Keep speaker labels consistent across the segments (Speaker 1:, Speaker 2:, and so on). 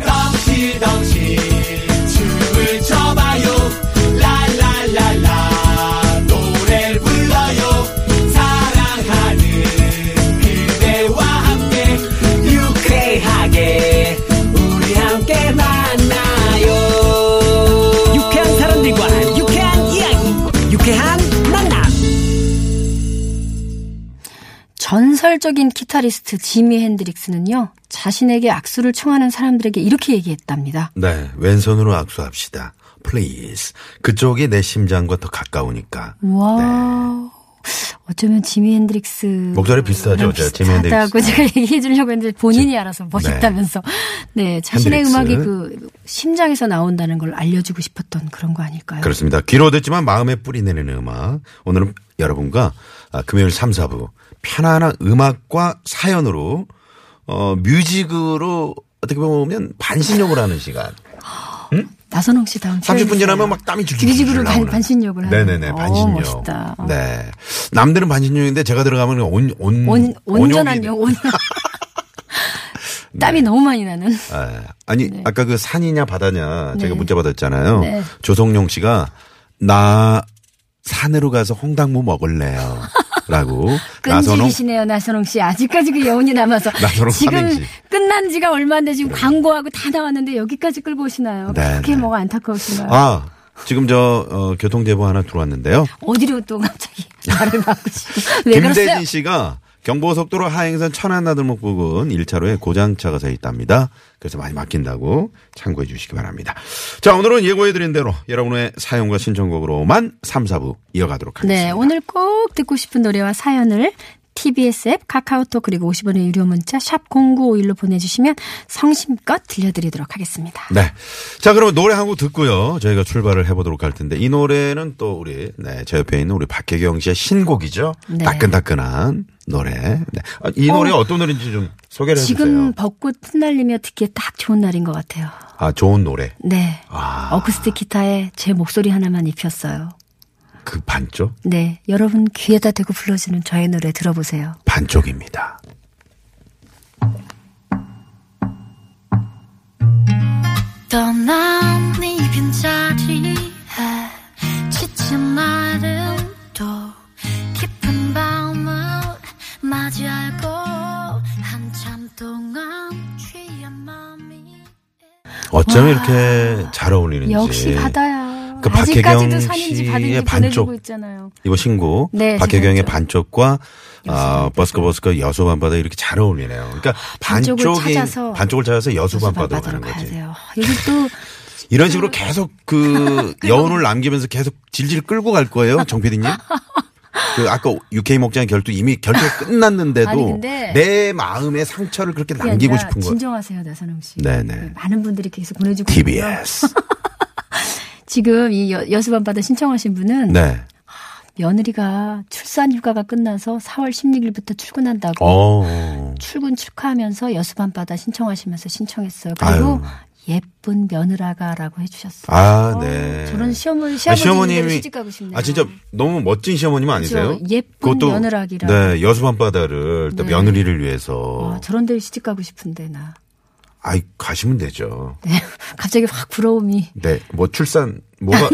Speaker 1: 덩치 덩치 춤을 춰봐요 라라라라 노래를 불러요 사랑하는 그대와 함께 유쾌하게 우리 함께 만나요 유쾌한 사람들과 유쾌한 이야기 유쾌한 만남
Speaker 2: 전설적인 기타리스트 지미 핸드릭스는요, 자신에게 악수를 청하는 사람들에게 이렇게 얘기했답니다.
Speaker 3: 네, 왼손으로 악수합시다. Please. 그쪽이 내 심장과 더 가까우니까.
Speaker 2: 와 어쩌면 지미 핸드릭스.
Speaker 3: 네. 목소리 비슷하죠, 저 지미
Speaker 2: 비슷하다고
Speaker 3: 핸드릭스. 네.
Speaker 2: 제가 얘기해 주려고 했는데 본인이 알아서 멋있다면서. 네, 자신의 음악이
Speaker 3: 핸드릭스.
Speaker 2: 그 심장에서 나온다는 걸 알려주고 싶었던 그런 거 아닐까요?
Speaker 3: 그렇습니다. 귀로 듣지만 마음에 뿌리 내리는 음악. 오늘은 여러분과 아, 금요일 3, 4부 편안한 음악과 사연으로 어, 뮤직으로 어떻게 보면 반신욕을 하는 시간.
Speaker 2: 나선홍 씨 다음
Speaker 3: 30분
Speaker 2: 주에
Speaker 3: 지나면 막 땀이 줄줄
Speaker 2: 뮤직으로 반-
Speaker 3: 나오는.
Speaker 2: 반신욕을 하는.
Speaker 3: 네네네
Speaker 2: 어,
Speaker 3: 반신욕.
Speaker 2: 멋있다. 어.
Speaker 3: 네 남들은 반신욕인데 제가 들어가면 온, 온,
Speaker 2: 온, 온전한
Speaker 3: 음, 온욕이-
Speaker 2: 용, 온.
Speaker 3: 네.
Speaker 2: 땀이 너무 많이 나는.
Speaker 3: 예. 아니 아까 그 산이냐 바다냐 제가 문자 받았잖아요.
Speaker 2: 네.
Speaker 3: 조성룡 씨가 나 산으로 가서 홍당무 먹을래요. 라고 나선홍
Speaker 2: 끈질기시네요, 나선홍 씨. 아직까지 그 여운이 남아서.
Speaker 3: 나선홍
Speaker 2: 지금
Speaker 3: 삼행시.
Speaker 2: 끝난 지가 얼마 안 돼. 지금 광고하고 다 나왔는데 여기까지 끌고 오시나요?
Speaker 3: 네,
Speaker 2: 그렇게
Speaker 3: 네.
Speaker 2: 뭐가 안타까우신가요?
Speaker 3: 아 지금 저 어, 교통제보 하나 들어왔는데요.
Speaker 2: 어디로 또 갑자기 말을 바꾸시고. 왜 그러세요?
Speaker 3: 김대진 씨가 경보속도로 하행선 천안나들목 부근 1차로에 고장차가 서 있답니다. 그래서 많이 막힌다고 참고해 주시기 바랍니다. 자 오늘은 예고해 드린 대로 여러분의 사연과 신청곡으로만 3, 4부 이어가도록 하겠습니다.
Speaker 2: 네, 오늘 꼭 듣고 싶은 노래와 사연을 TBS 앱, 카카오톡, 그리고 50원의 유료 문자, 샵0951로 보내주시면 성심껏 들려드리도록 하겠습니다.
Speaker 3: 네. 자, 그러면 노래 한 곡 듣고요. 저희가 출발을 해보도록 할 텐데, 이 노래는 또 우리, 네, 제 옆에 있는 우리 박혜경 씨의 신곡이죠.
Speaker 2: 네.
Speaker 3: 따끈따끈한 노래. 네. 아, 이 노래 가 어떤 노래인지 좀 소개를
Speaker 2: 지금
Speaker 3: 해주세요.
Speaker 2: 벚꽃 흩날리며 듣기에 딱 좋은 날인 것 같아요.
Speaker 3: 아, 좋은 노래.
Speaker 2: 네.
Speaker 3: 아.
Speaker 2: 어쿠스틱 기타에 제 목소리 하나만 입혔어요.
Speaker 3: 그 반쪽?
Speaker 2: 네, 여러분 귀에다 대고 불러주는 저의 노래 들어보세요.
Speaker 3: 반쪽입니다.
Speaker 4: 떠난 네 빈자리에 지친 날은 또 깊은 밤을 맞이하고 한참 동안 취한 마음이
Speaker 3: 어쩜 이렇게 잘 어울리는지.
Speaker 2: 역시 바다야.
Speaker 3: 그
Speaker 2: 아직까지도
Speaker 3: 박혜경
Speaker 2: 산인지 바다인지
Speaker 3: 씨의
Speaker 2: 보내주고
Speaker 3: 반쪽.
Speaker 2: 있잖아요.
Speaker 3: 이거 신곡
Speaker 2: 네,
Speaker 3: 박혜경의
Speaker 2: 지금
Speaker 3: 반쪽과 아, 버스커 버스커 여수 밤바다 이렇게 잘 어울리네요. 그러니까
Speaker 2: 반쪽을
Speaker 3: 반쪽이
Speaker 2: 찾아서
Speaker 3: 반쪽을 찾아서 그 여수 밤바다로
Speaker 2: 바다로
Speaker 3: 가는
Speaker 2: 가야
Speaker 3: 거지.
Speaker 2: 돼요. 여기 또
Speaker 3: 이런 식으로 계속 그 여운을 남기면서 계속 질질 끌고 갈 거예요, 정 PD님. 그 아까 UK 목장 결투 이미 결투
Speaker 2: 아니,
Speaker 3: 끝났는데도
Speaker 2: 근데
Speaker 3: 내 마음의 상처를 그렇게
Speaker 2: 그게
Speaker 3: 남기고
Speaker 2: 아니라
Speaker 3: 싶은 거예요.
Speaker 2: 진정하세요, 나선홍 씨.
Speaker 3: 네네.
Speaker 2: 네, 많은 분들이 계속 보내주고 있고요.
Speaker 3: TBS.
Speaker 2: 지금 이 여, 여수밤바다 신청하신 분은
Speaker 3: 네.
Speaker 2: 며느리가 출산 휴가가 끝나서 4월 16일부터 출근한다고
Speaker 3: 어.
Speaker 2: 출근 축하하면서 여수밤바다 신청하시면서 신청했어요. 그리고
Speaker 3: 아유.
Speaker 2: 예쁜 며느라가라고 해주셨어요.
Speaker 3: 아, 네.
Speaker 2: 저런 시어머니
Speaker 3: 아,
Speaker 2: 시어머님이 시집 가고 싶네요.
Speaker 3: 아 진짜 너무 멋진 시어머님 아니세요?
Speaker 2: 그렇죠. 예쁜 며느라기라.
Speaker 3: 네 여수 밤바다를 또
Speaker 2: 네.
Speaker 3: 며느리를 위해서
Speaker 2: 아, 저런 데 시집 가고 싶은데 나.
Speaker 3: 아이 가시면 되죠.
Speaker 2: 네. 갑자기 확 부러움이.
Speaker 3: 네 뭐 출산 뭐가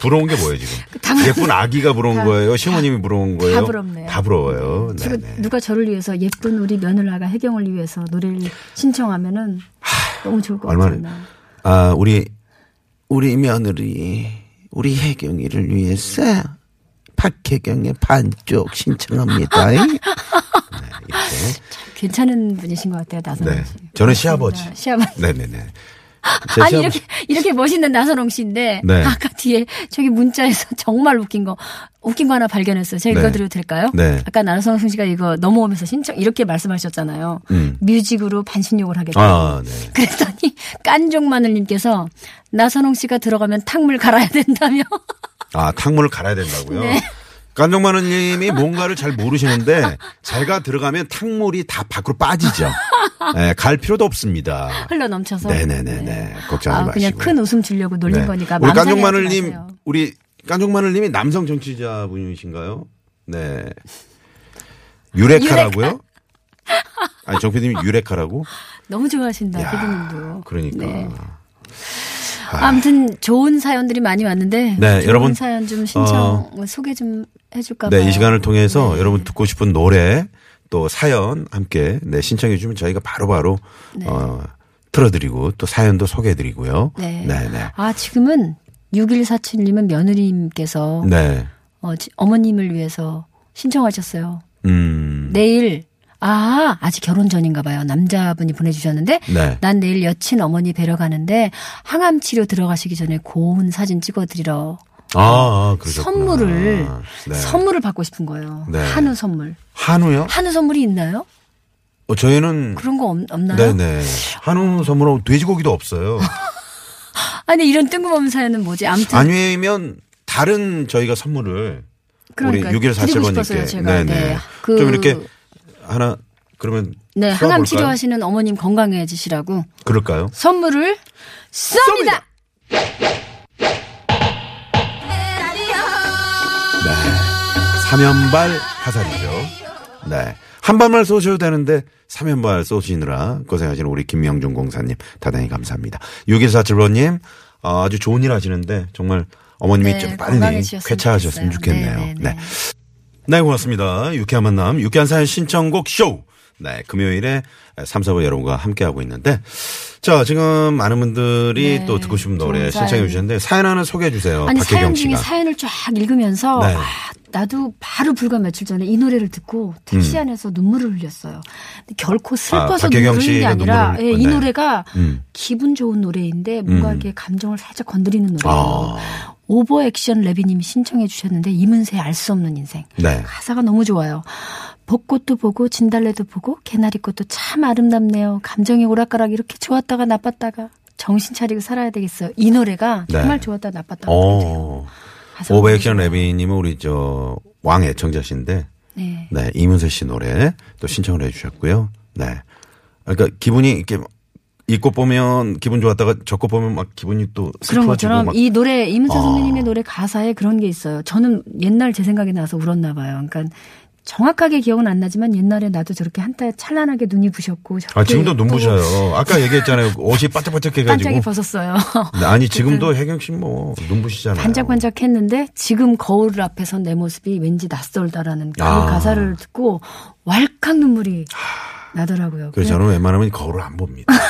Speaker 3: 부러운 게 뭐예요 지금?
Speaker 2: 다 부러-
Speaker 3: 예쁜 아기가 부러운 거예요? 시어머님이 부러운 거예요?
Speaker 2: 부럽네요.
Speaker 3: 다 부러워요.
Speaker 2: 지금
Speaker 3: 네네.
Speaker 2: 누가 저를 위해서 예쁜 우리 며느라가 해경을 위해서 노래를 신청하면은 너무 좋을 것
Speaker 3: 얼마나-
Speaker 2: 같아요. 나.
Speaker 3: 아 우리 우리 며느리 우리 혜경이를 위해서 박혜경의 반쪽 신청합니다. 네, 이렇게.
Speaker 2: 괜찮은 분이신 것 같아요, 나선홍
Speaker 3: 네.
Speaker 2: 씨.
Speaker 3: 저는 시아버지.
Speaker 2: 네, 시아버지.
Speaker 3: 네네네. 제
Speaker 2: 아니
Speaker 3: 시험-
Speaker 2: 이렇게 이렇게 멋있는 나선홍 씨인데
Speaker 3: 네.
Speaker 2: 아까 뒤에 저기 문자에서 정말 웃긴 거 웃긴 거 하나 발견했어요. 제가
Speaker 3: 네.
Speaker 2: 읽어드려도 될까요?
Speaker 3: 네.
Speaker 2: 아까 나선홍 씨가 이거 넘어오면서 신청 이렇게 말씀하셨잖아요.
Speaker 3: 음.
Speaker 2: 뮤직으로 반신욕을 하겠다.
Speaker 3: 아, 네.
Speaker 2: 그랬더니 깐종마늘님께서 나선홍 씨가 들어가면 탕물 갈아야 된다며.
Speaker 3: 아, 탕물을 갈아야 된다고요?
Speaker 2: 네.
Speaker 3: 깐종마늘님이 뭔가를 잘 모르시는데 제가 들어가면 탕물이 다 밖으로 빠지죠. 네, 갈 필요도 없습니다.
Speaker 2: 흘러 넘쳐서.
Speaker 3: 네네네네. 걱정하지
Speaker 2: 아, 그냥
Speaker 3: 마시고.
Speaker 2: 큰 웃음 주려고 놀린 거니까
Speaker 3: 우리
Speaker 2: 맘 상해하지
Speaker 3: 깐종마늘님,
Speaker 2: 마세요.
Speaker 3: 우리 깐종마늘님이 남성 정치자분이신가요? 네. 유레카라고요? 아니, 정 PD님 유레카라고?
Speaker 2: 너무 좋아하신다,
Speaker 3: 야,
Speaker 2: 피디님도.
Speaker 3: 그러니까.
Speaker 2: 네. 아무튼 좋은 사연들이 많이 왔는데
Speaker 3: 네,
Speaker 2: 좋은
Speaker 3: 여러분, 어.
Speaker 2: 사연 좀 신청 소개 좀 해줄까 봐요.
Speaker 3: 네, 이 시간을 통해서 여러분 듣고 싶은 노래 또 사연 함께 네, 신청해 주면 저희가 바로바로 어, 틀어드리고 또 사연도 소개해 드리고요.
Speaker 2: 네.
Speaker 3: 네, 네.
Speaker 2: 아 지금은 6147님은 며느리님께서
Speaker 3: 네.
Speaker 2: 어, 지- 어머님을 위해서 신청하셨어요.
Speaker 3: 음.
Speaker 2: 내일 아 아직 결혼 전인가 봐요. 남자분이 보내주셨는데
Speaker 3: 네.
Speaker 2: 난 내일 여친 어머니 뵈러 가는데 항암 치료 들어가시기 전에 고운 사진 찍어드리러
Speaker 3: 아, 그러셨구나.
Speaker 2: 선물을
Speaker 3: 네.
Speaker 2: 선물을 받고 싶은 거예요.
Speaker 3: 네.
Speaker 2: 한우 선물.
Speaker 3: 한우요?
Speaker 2: 한우 선물이 있나요?
Speaker 3: 어, 저희는
Speaker 2: 그런 거 없, 나요 아,
Speaker 3: 네네. 한우 선물하고 돼지고기도 없어요.
Speaker 2: 아니 이런 뜬금없는 사연은 뭐지? 아무튼
Speaker 3: 아니면 다른 저희가 선물을
Speaker 2: 그러니까
Speaker 3: 우리 6일
Speaker 2: 드리고 싶었어요,
Speaker 3: 47번님께
Speaker 2: 제가. 네. 그-
Speaker 3: 좀 이렇게 하나 그러면
Speaker 2: 네
Speaker 3: 쏴볼까요?
Speaker 2: 항암 치료하시는 어머님 건강해지시라고
Speaker 3: 그럴까요?
Speaker 2: 선물을 쏩니다.
Speaker 3: 네. 삼연발 화살이죠. 네. 한 발만 쏘셔도 되는데 삼연발 쏘시느라 고생하시는 우리 김명준 공사님 대단히 감사합니다. 6147번님 어, 아주 좋은 일 하시는데 정말 어머님이
Speaker 2: 네,
Speaker 3: 좀 빨리
Speaker 2: 건강해지셨으면
Speaker 3: 쾌차하셨으면
Speaker 2: 좋겠어요.
Speaker 3: 좋겠네요.
Speaker 2: 네, 네, 네.
Speaker 3: 네. 네, 고맙습니다. 유쾌한 만남, 유쾌한 사연 신청곡 쇼! 네, 금요일에 3, 4부 여러분과 함께하고 있는데. 자, 지금 많은 분들이 또 듣고 싶은 노래
Speaker 2: 좋은 사연.
Speaker 3: 신청해 주셨는데, 사연 하나 소개해 주세요.
Speaker 2: 네, 아니
Speaker 3: 어, 박혜경
Speaker 2: 사연 중에
Speaker 3: 씨가.
Speaker 2: 사연을 쫙 읽으면서
Speaker 3: 네.
Speaker 2: 아, 나도 바로 불과 며칠 전에 이 노래를 듣고 택시 안에서 눈물을 흘렸어요. 근데 결코 슬퍼서
Speaker 3: 음. 아, 박혜경
Speaker 2: 눈물을 흘린 게
Speaker 3: 씨가
Speaker 2: 아니라
Speaker 3: 눈물을
Speaker 2: 예,
Speaker 3: 흘-
Speaker 2: 이
Speaker 3: 네.
Speaker 2: 노래가
Speaker 3: 음.
Speaker 2: 기분 좋은 노래인데 뭔가
Speaker 3: 음.
Speaker 2: 이렇게 감정을 살짝 건드리는 노래예요.
Speaker 3: 아.
Speaker 2: 오버액션 레비님이 신청해 주셨는데 이문세 알 수 없는 인생.
Speaker 3: 네.
Speaker 2: 가사가 너무 좋아요. 벚꽃도 보고 진달래도 보고 개나리꽃도 참 아름답네요. 감정의 오락가락 이렇게 좋았다가 나빴다가 정신 차리고 살아야 되겠어요. 이 노래가
Speaker 3: 네.
Speaker 2: 정말 좋았다 나빴다.
Speaker 3: 어. 오버액션 레비님은 우리 저, 왕 애청자신데,
Speaker 2: 네.
Speaker 3: 네, 이문세 씨 노래 또 신청을 해 주셨고요. 네. 그러니까 기분이 이렇게 이 꽃 보면 기분 좋았다가 저 꽃 보면 막 기분이 또
Speaker 2: 그런
Speaker 3: 슬퍼지고
Speaker 2: 것처럼
Speaker 3: 막
Speaker 2: 이 노래 이문세
Speaker 3: 아.
Speaker 2: 선배님의 노래 가사에 그런 게 있어요. 저는 옛날 제 생각이 나서 울었나 봐요. 그러니까 정확하게 기억은 안 나지만 옛날에 나도 저렇게 한때 찬란하게 눈이 부셨고 저렇게
Speaker 3: 아, 지금도
Speaker 2: 그 또
Speaker 3: 눈부셔요. 아까 얘기했잖아요. 옷이 반짝반짝
Speaker 2: 반짝이
Speaker 3: 해가지고. 네,
Speaker 2: 벗었어요. 그
Speaker 3: 아니, 지금도 혜경 씨 뭐 눈부시잖아요.
Speaker 2: 반짝반짝했는데 지금 거울 앞에서 내 모습이 왠지 낯설다라는 그
Speaker 3: 아.
Speaker 2: 가사를 듣고 왈칵 눈물이 나더라고요.
Speaker 3: 그래서 저는 웬만하면 거울을 안 봅니다.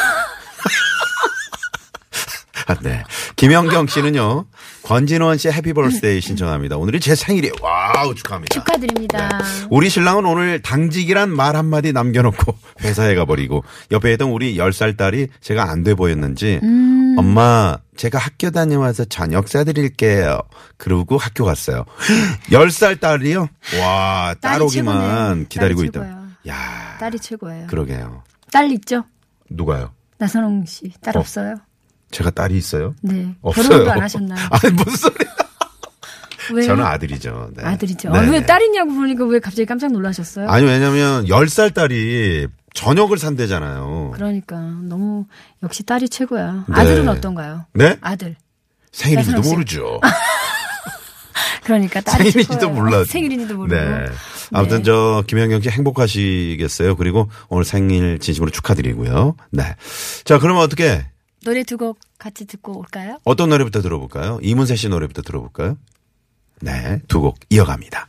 Speaker 3: 아, 네. 김영경 씨는요, 권진원 씨의 해피벌스데이 신청합니다. 오늘이 제 생일이에요. 와우, 축하합니다. 네.
Speaker 2: 축하드립니다.
Speaker 3: 우리 신랑은 오늘 당직이란 말 한마디 남겨놓고 회사에 가버리고 옆에 있던 우리 10살 딸이 제가 안 돼 보였는지
Speaker 2: 음.
Speaker 3: 엄마 제가 학교 다녀와서 저녁 싸드릴게요. 그러고 학교 갔어요. 10살 딸이요? 와, 딸
Speaker 2: 딸이 최고네.
Speaker 3: 오기만
Speaker 2: 딸이
Speaker 3: 기다리고 있다.
Speaker 2: 최고야.
Speaker 3: 야
Speaker 2: 딸이 최고예요.
Speaker 3: 그러게요.
Speaker 2: 딸 있죠?
Speaker 3: 누가요?
Speaker 2: 나선홍 씨. 딸
Speaker 3: 어.
Speaker 2: 없어요?
Speaker 3: 제가 딸이 있어요?
Speaker 2: 네.
Speaker 3: 없어요.
Speaker 2: 결혼도 안 하셨나요?
Speaker 3: 아니, 무슨 소리야.
Speaker 2: 왜?
Speaker 3: 저는 아들이죠. 네.
Speaker 2: 아들이죠.
Speaker 3: 네,
Speaker 2: 아, 왜
Speaker 3: 네.
Speaker 2: 딸이냐고 그러니까 왜 갑자기 깜짝 놀라셨어요?
Speaker 3: 아니, 왜냐면 10살 딸이 저녁을 산대잖아요.
Speaker 2: 그러니까 너무 역시 딸이 최고야.
Speaker 3: 네.
Speaker 2: 아들은 어떤가요?
Speaker 3: 네?
Speaker 2: 아들.
Speaker 3: 생일인지도
Speaker 2: 나선홍 씨.
Speaker 3: 모르죠.
Speaker 2: 그러니까 딸이
Speaker 3: 생일인지도
Speaker 2: 최고예요. 아,
Speaker 3: 몰라.
Speaker 2: 생일인지도 모르고.
Speaker 3: 네. 아무튼 저 김현경 씨 행복하시겠어요. 그리고 오늘 생일 진심으로 축하드리고요. 네. 자, 그러면 어떻게
Speaker 2: 노래 두 곡 같이 듣고 올까요?
Speaker 3: 어떤 노래부터 들어볼까요? 이문세 씨 노래부터 들어볼까요? 네. 두 곡 이어갑니다.